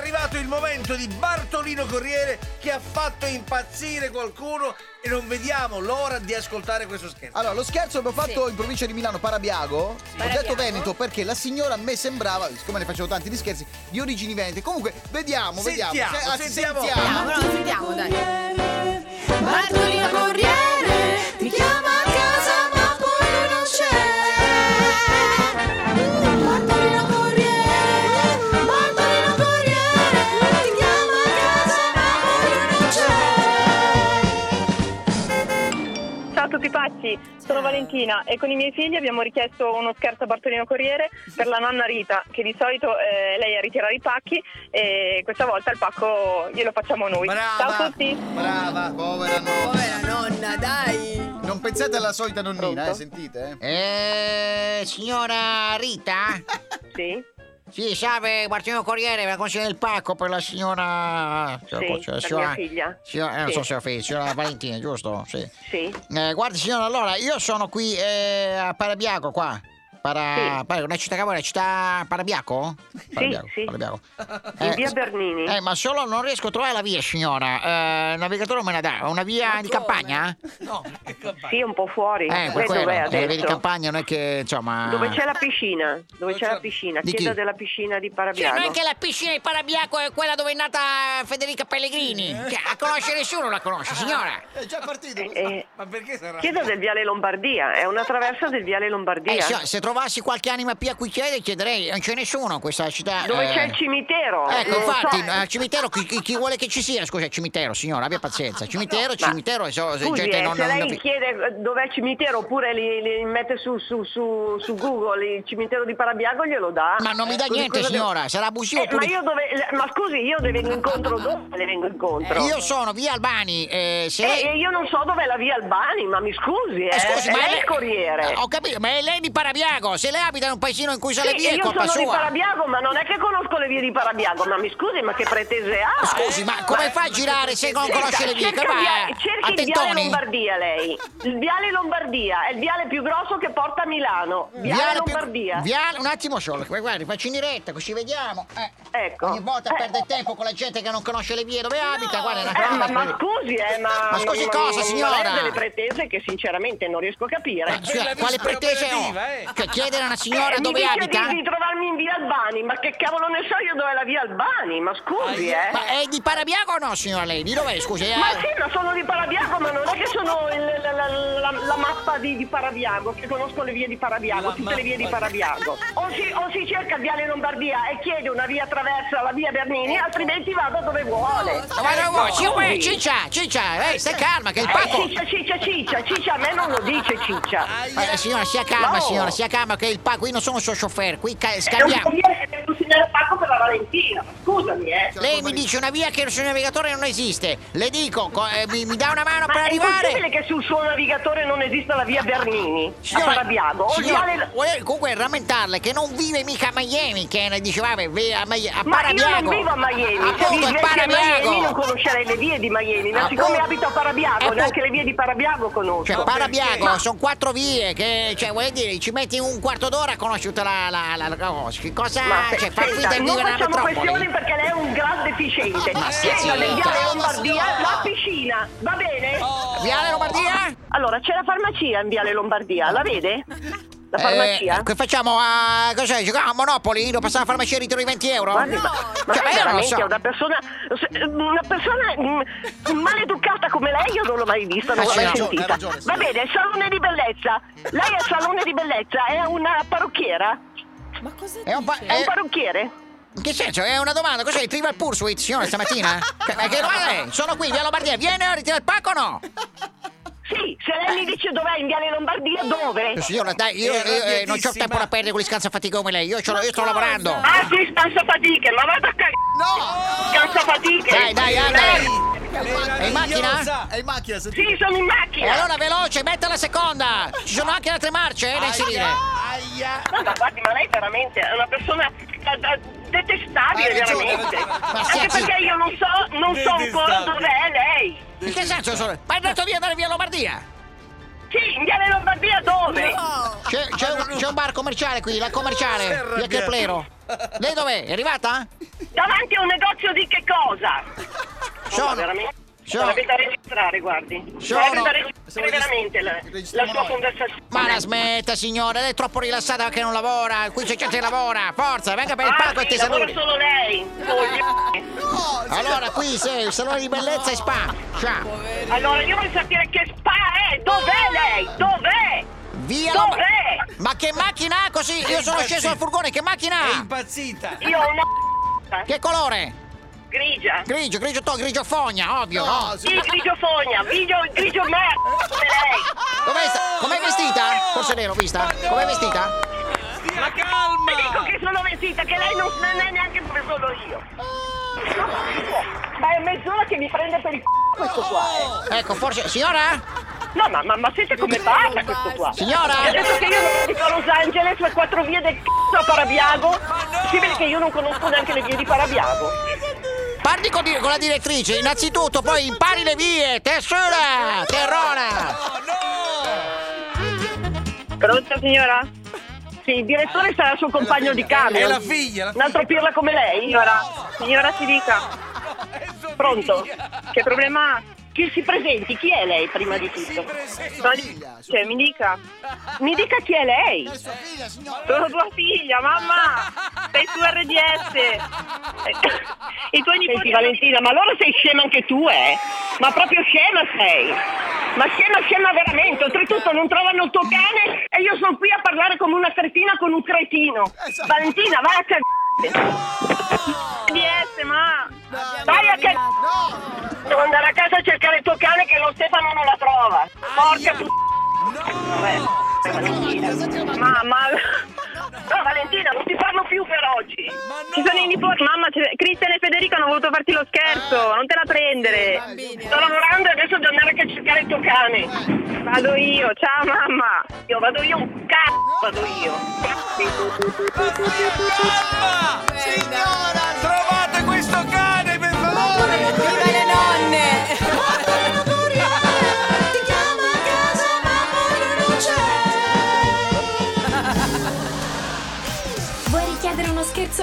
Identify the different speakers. Speaker 1: arrivato il momento di Bartolino Corriere che ha fatto impazzire qualcuno e non vediamo l'ora di ascoltare questo scherzo.
Speaker 2: Allora, lo scherzo l'abbiamo fatto in provincia di Milano, Parabiago. Ho
Speaker 3: Parabiago.
Speaker 2: detto Veneto perché la signora a me sembrava, siccome ne facevo tanti di scherzi, di origini venete. Comunque, vediamo,
Speaker 1: Sentiamo,
Speaker 2: vediamo. Se- ah,
Speaker 1: sentiamo.
Speaker 3: Sentiamo, no, no, sentiamo, dai. Bartolino Corriere ti chiama a casa ma poi lui non c'è. Bartolino Corriere, Bartolino Corriere ti chiama a casa ma poi lui non c'è.
Speaker 4: Ciao a tutti pazzi, sono Valentina e con i miei figli abbiamo richiesto uno scherzo a Bartolino Corriere per la nonna Rita, che di solito eh, lei è a ritirare i pacchi e questa volta il pacco glielo facciamo noi.
Speaker 1: Brava.
Speaker 4: Ciao a tutti!
Speaker 2: Brava, povera no.
Speaker 3: Povera nonna, dai.
Speaker 2: Non pensate alla solita nonnina,
Speaker 4: Pronto?
Speaker 2: eh, sentite. eh.
Speaker 5: Eh, signora Rita?
Speaker 4: Sì,
Speaker 5: Sì, salve, Martino Corriere, la consiglio del pacco per la signora... cioè,
Speaker 4: sì,
Speaker 5: signora-
Speaker 4: per mia figlia.
Speaker 5: signora- eh, non so
Speaker 4: Sì.
Speaker 5: se ho figli, signora Valentina, giusto? Sì.
Speaker 4: Sì,
Speaker 5: Eh, guardi signora, allora io sono qui eh, a Parabiaco qua. Para... Para- Una città che vuole, città Parabiaco? Parabiaco,
Speaker 4: sì.
Speaker 5: Parabiaco.
Speaker 4: in
Speaker 5: Eh,
Speaker 4: via
Speaker 5: s-
Speaker 4: Bernini.
Speaker 5: eh, ma solo non riesco a trovare la via, signora. Eh, il navigatore me la dà. Una via
Speaker 3: Ma
Speaker 5: di
Speaker 3: come?
Speaker 5: campagna?
Speaker 1: No, ecco, vai.
Speaker 4: Sì, un po' fuori.
Speaker 5: Eh, per
Speaker 4: Lei
Speaker 5: quello.
Speaker 4: dov'è
Speaker 5: Eh, via di
Speaker 4: adesso?
Speaker 5: campagna non è che, insomma...
Speaker 4: Dove c'è la piscina? Dove c'è la
Speaker 1: c'è-
Speaker 4: piscina?
Speaker 5: Di
Speaker 4: Chiesa
Speaker 5: chi?
Speaker 4: della piscina di
Speaker 5: Cioè, non è
Speaker 4: Parabiano.
Speaker 5: che la piscina di Parabiaco è quella dove è nata Federica Pellegrini. Cioè, la conosce nessuno, la conosce,
Speaker 4: Ah.
Speaker 5: signora.
Speaker 2: È già partito.
Speaker 4: Eh,
Speaker 1: Ma perché sarà?
Speaker 4: chiesa del Viale Lombardia, è una traversa del Viale
Speaker 5: Eh,
Speaker 4: Lombardia.
Speaker 5: signora, se trovassi qualche anima pia a cui chiedere, chiederei. Non c'è nessuno in questa città.
Speaker 4: Dove
Speaker 5: eh.
Speaker 4: c'è il cimitero?
Speaker 5: Ecco,
Speaker 4: Non
Speaker 5: infatti,
Speaker 4: so.
Speaker 5: al cimitero, chi, chi- chi vuole che ci sia? Scusa, il cimitero, signora, abbia pazienza. Cimitero, cimitero, so, se
Speaker 4: Scusi,
Speaker 5: gente
Speaker 4: eh,
Speaker 5: non...
Speaker 4: se
Speaker 5: non-
Speaker 4: lei chiede eh, dov'è il cimitero oppure li, li mette su, su- su- su Google il cimitero di Parabiago glielo dà.
Speaker 5: Ma non mi dà
Speaker 2: Scusi,
Speaker 5: niente,
Speaker 2: cosa devo-
Speaker 5: signora, sarà abusivo
Speaker 4: Eh, ma,
Speaker 5: pure...
Speaker 4: io dove, le- ma scusi, io le vengo incontro dove le vengo incontro?
Speaker 5: Eh, Io sono via Albani, eh, se
Speaker 4: Eh,
Speaker 5: lei...
Speaker 4: eh, io non so dov'è la via Albani, ma mi scusi, eh,
Speaker 5: Eh, scusi,
Speaker 4: è
Speaker 5: ma Ah,
Speaker 4: lei il corriere.
Speaker 5: Ho capito, ma è lei di Parabiago. Se lei abita in un paesino in cui sono le
Speaker 4: Sì,
Speaker 5: vie, è
Speaker 4: io
Speaker 5: colpa
Speaker 4: sono
Speaker 5: sua.
Speaker 4: di Parabiago, ma non è che conosco le vie di Parabiago, ma mi scusi, ma eh, che pretese ha?
Speaker 5: Scusi, ma come fa a girare se non
Speaker 4: Cerca-
Speaker 5: conosce le vie? Che eh.
Speaker 4: cerca il
Speaker 5: va?
Speaker 4: via- cerchi
Speaker 5: A
Speaker 4: il viale
Speaker 5: tentoni?
Speaker 4: Lombardia lei. Il viale Lombardia è il viale più grosso che porta a Milano. Viale,
Speaker 5: più-
Speaker 4: Lombardia.
Speaker 5: viale- un attimo solo, guarda, guardi, faccio in diretta, così vediamo. Eh,
Speaker 4: Ecco.
Speaker 5: Ogni volta
Speaker 4: Eh.
Speaker 5: perde tempo con la gente che non conosce le vie dove abita, guarda, è una
Speaker 4: Eh,
Speaker 5: cosa
Speaker 4: ma, ma
Speaker 5: così.
Speaker 4: scusi, eh, ma.
Speaker 5: Ma scusi cosa,
Speaker 4: Ma
Speaker 5: signora?
Speaker 4: lei ha delle pretese che sinceramente non riesco a capire.
Speaker 5: Ma scusa,
Speaker 1: la
Speaker 5: quale
Speaker 1: visita
Speaker 5: pretese ho?
Speaker 1: operativa, eh.
Speaker 5: Che chiedere a una signora
Speaker 4: Eh, mi
Speaker 5: dove
Speaker 4: dice
Speaker 5: abita?
Speaker 4: Di, di trovarmi in via Albani, ma che cavolo ne so io dove è la via Albani? Ma scusi, eh.
Speaker 5: Ma è di Parabiago o no, signora lei? Di dov'è, scusi? eh?
Speaker 4: Ma sì, ma sono di Parabiago, ma non è che sono il- la, la- la- la mappa di, di Parabiago, che conosco le vie di Parabiago, tutte le vie di Parabiago. O si, o si cerca Viale Lombardia e chiede una via attraverso la via Bernini, altrimenti vada dove vuole.
Speaker 5: Ma non vuoi,
Speaker 4: Scusi.
Speaker 5: signora, eh, ciccia, ciccia, eh, stai calma, che il
Speaker 4: ecco. Eh,
Speaker 5: pacco...
Speaker 4: ciccia, ciccia, ciccia, ciccia, a me non lo dice ciccia.
Speaker 5: Eh, signora, sia calma,
Speaker 4: No.
Speaker 5: signora, sia calma, che il pacco, io non sono il suo chauffeur, qui ca-
Speaker 4: E non può
Speaker 5: scambiamo.
Speaker 4: dire che devo consegnare il pacco per la Valentina, ma scusami, eh.
Speaker 5: Lei mi dice una via che il suo navigatore non esiste. Le dico, co- eh, mi, mi dà una mano per
Speaker 4: Ma è possibile
Speaker 5: arrivare.
Speaker 4: che sul suo navigatore non esista la via Bernini a
Speaker 5: Signora-
Speaker 4: Parabiago? O il
Speaker 5: signora,
Speaker 4: viale-
Speaker 5: vuole comunque rammentarle che non vive mica a Miami, che ne dice, vabbè, ve- a, Mia- a
Speaker 4: Ma
Speaker 5: Parabiago.
Speaker 4: io non vivo a Miami, se
Speaker 5: Appunto, è
Speaker 4: vivessi a Miami non
Speaker 5: Parabiago.
Speaker 4: conoscerei le vie di Miami, ma
Speaker 5: Appunto.
Speaker 4: siccome abito a Parabiago,
Speaker 5: Appunto.
Speaker 4: neanche le vie di Parabiago conosco.
Speaker 5: Cioè,
Speaker 1: Ma
Speaker 5: Parabiago
Speaker 1: perché?
Speaker 5: sono quattro vie che, cioè, vuol dire, ci metti un quarto d'ora a conoscere tutta la, la, la, la cosa. Che cosa,
Speaker 4: Ma se-
Speaker 5: cioè, far
Speaker 4: senta,
Speaker 5: finta di
Speaker 4: non
Speaker 5: vivere nella
Speaker 4: facciamo questioni
Speaker 5: metropoli?
Speaker 4: perché lei è un gran deficiente.
Speaker 5: Ma sì,
Speaker 4: Chieda
Speaker 5: signora.
Speaker 4: nel Viale Lombardia la piscina, va bene?
Speaker 5: Oh. Viale Lombardia?
Speaker 4: Allora, c'è la farmacia in Viale Lombardia, la vede? La farmacia?
Speaker 5: Eh, che facciamo a, cos'è, giocare a Monopoli? Devo passare alla farmacia e ritiro i 20 euro?
Speaker 4: Ma no, ma
Speaker 5: Cioè,
Speaker 4: lei
Speaker 5: io non lo
Speaker 4: veramente
Speaker 5: so.
Speaker 4: è una persona, una persona mm, maleducata come lei io non l'ho mai vista, non
Speaker 5: Ah,
Speaker 4: l'ho
Speaker 5: sì,
Speaker 4: mai
Speaker 5: ha ragione,
Speaker 4: sentita.
Speaker 2: ha ragione, sì.
Speaker 4: Va bene, salone di bellezza. Lei è salone di bellezza, è una parrucchiera?
Speaker 3: Ma cosa
Speaker 5: È un pa-
Speaker 4: È un
Speaker 5: Eh.
Speaker 4: parrucchiere?
Speaker 5: In che senso? È una domanda, cos'è il Trivial Pursuit, signore, stamattina? Che- Ma che domanda è? Sono qui, via Lombardia, viene a ritirare il pacco o no?
Speaker 4: Sì, se lei mi dice dov'è in Viale Lombardia, dove?
Speaker 5: Eh, Signora, dai, io, io, eh, non ho tempo da perdere con gli scansafatiche come lei, io, ce l'ho- io sto lavorando.
Speaker 4: Ah sì, scansa fatiche, ma vado a cagare!
Speaker 2: No!
Speaker 4: Scansa fatiche!
Speaker 5: Dai, dai,
Speaker 1: Lei,
Speaker 5: Anna!
Speaker 1: meravigliosa.
Speaker 5: È in macchina?
Speaker 2: È in macchina, sentite.
Speaker 4: Sì, sono in
Speaker 5: E
Speaker 4: macchina!
Speaker 5: Eh, allora veloce, metta la seconda! Ci sono anche altre marce, eh, da inserire.
Speaker 1: Aia.
Speaker 4: No, ma guardi, ma lei veramente è una persona da- da- detestabile,
Speaker 2: Hai ragione,
Speaker 4: veramente.
Speaker 2: hai ragione.
Speaker 5: Ma
Speaker 4: Anche
Speaker 5: scherzi.
Speaker 4: perché io non so, non so ancora
Speaker 1: Detestabile.
Speaker 4: dov'è lei.
Speaker 5: In che senso sono? Ma è andato via dalla via Lombardia?
Speaker 4: Sì, in Viale Lombardia dove?
Speaker 5: C'è, c'è un, c'è un bar commerciale qui, la commerciale, via Keplero. Lei dov'è? È arrivata?
Speaker 4: Davanti a un negozio di che cosa?
Speaker 5: Sono-
Speaker 4: No, veramente.
Speaker 5: sono-
Speaker 4: Sarebbe da registrare, guardi.
Speaker 5: Sono-
Speaker 4: Sarebbe da registrare veramente la,
Speaker 2: registriamo
Speaker 4: la sua
Speaker 2: noi.
Speaker 4: conversazione.
Speaker 5: Ma la smetta signora, lei è troppo rilassata perché non lavora, qui c'è gente che lavora, forza, venga per il palco e
Speaker 4: Ah, sì,
Speaker 5: ti
Speaker 4: lavora
Speaker 5: saluti.
Speaker 4: solo lei. coglione.
Speaker 5: Allora qui c'è il salone di bellezza e spa, ciao.
Speaker 4: Allora io voglio sapere che spa è.
Speaker 5: Ah.
Speaker 4: Dov'è lei? Dov'è?
Speaker 5: Via la...
Speaker 4: Dov'è?
Speaker 5: Ma che macchina ha così? Io sono sceso dal furgone, che macchina
Speaker 4: Ah.
Speaker 1: È
Speaker 5: ha?
Speaker 1: impazzita!
Speaker 4: Io ho una
Speaker 5: Che colore?
Speaker 4: grigia.
Speaker 5: Grigio, grigio to, grigio fogna, ovvio, no?
Speaker 2: sì.
Speaker 4: Sì, grigio fogna, grigio, grigio merda. Lei.
Speaker 5: Com'è, sta- com'è vestita? Forse l'ero vista. Com'è vestita?
Speaker 1: Stia
Speaker 4: Le dico
Speaker 1: calma!
Speaker 4: Ecco che sono vestita, che lei non, non è neanche dove sono io. Ma è mezz'ora che mi prende per il c***o questo qua. eh.
Speaker 5: Ecco, forse... Signora?
Speaker 4: No, ma, ma, ma siete come parla questo qua?
Speaker 5: Signora?
Speaker 4: Mi ha detto che io non conosco Los Angeles, le quattro vie del c***o a Parabiago. È possibile che io non conosco neanche le vie di Parabiago.
Speaker 5: Parli con, di- con la direttrice, innanzitutto, poi impari le vie, tessura, terrona.
Speaker 4: Pronto signora? Sì, il direttore sarà il suo compagno di camera.
Speaker 1: È la figlia, la
Speaker 4: Un altro pirla come lei? Signora, signora si dica.
Speaker 1: figlia!
Speaker 4: Pronto? Che problema ha? Chi si presenti? Chi è lei prima di
Speaker 1: Si
Speaker 4: tutto?
Speaker 1: presenta!
Speaker 4: Cioè, mi dica. Mi dica chi è lei?
Speaker 2: È sua figlia, signora.
Speaker 6: Sono tua figlia, mamma! Sei su RDS! I tuoi
Speaker 4: Senti
Speaker 6: nipoti...
Speaker 4: Valentina, ma allora sei scema anche tu, eh? Ma proprio scema sei! Ma scema, scema veramente! Oltretutto non trovano il tuo cane e io sono qui a parlare come una cretina con un cretino!
Speaker 2: Esatto.
Speaker 4: Valentina, vai a cagare!
Speaker 6: RDS, ma...
Speaker 4: Vai a cagare! Devo andare a casa a cercare il tuo cane che lo Stefano non la trova! Porca puttana! Ma, ma... No Valentina, non ti parlo più per oggi!
Speaker 6: Ci sono i nipoti... Mamma, c'è- Cristian e Federico hanno voluto farti lo scherzo! Non te la prendere!
Speaker 4: Sto lavorando e adesso devo andare anche a cercare il tuo cane!
Speaker 6: Vado io, ciao mamma!
Speaker 4: Io vado io un cazzo, vado io.
Speaker 1: Signora, trovate questo cane, per favore!
Speaker 3: Viva le nonne! Mandano corriere, ti chiama a casa ma poi non c'è.
Speaker 7: Vuoi richiedere uno scherzo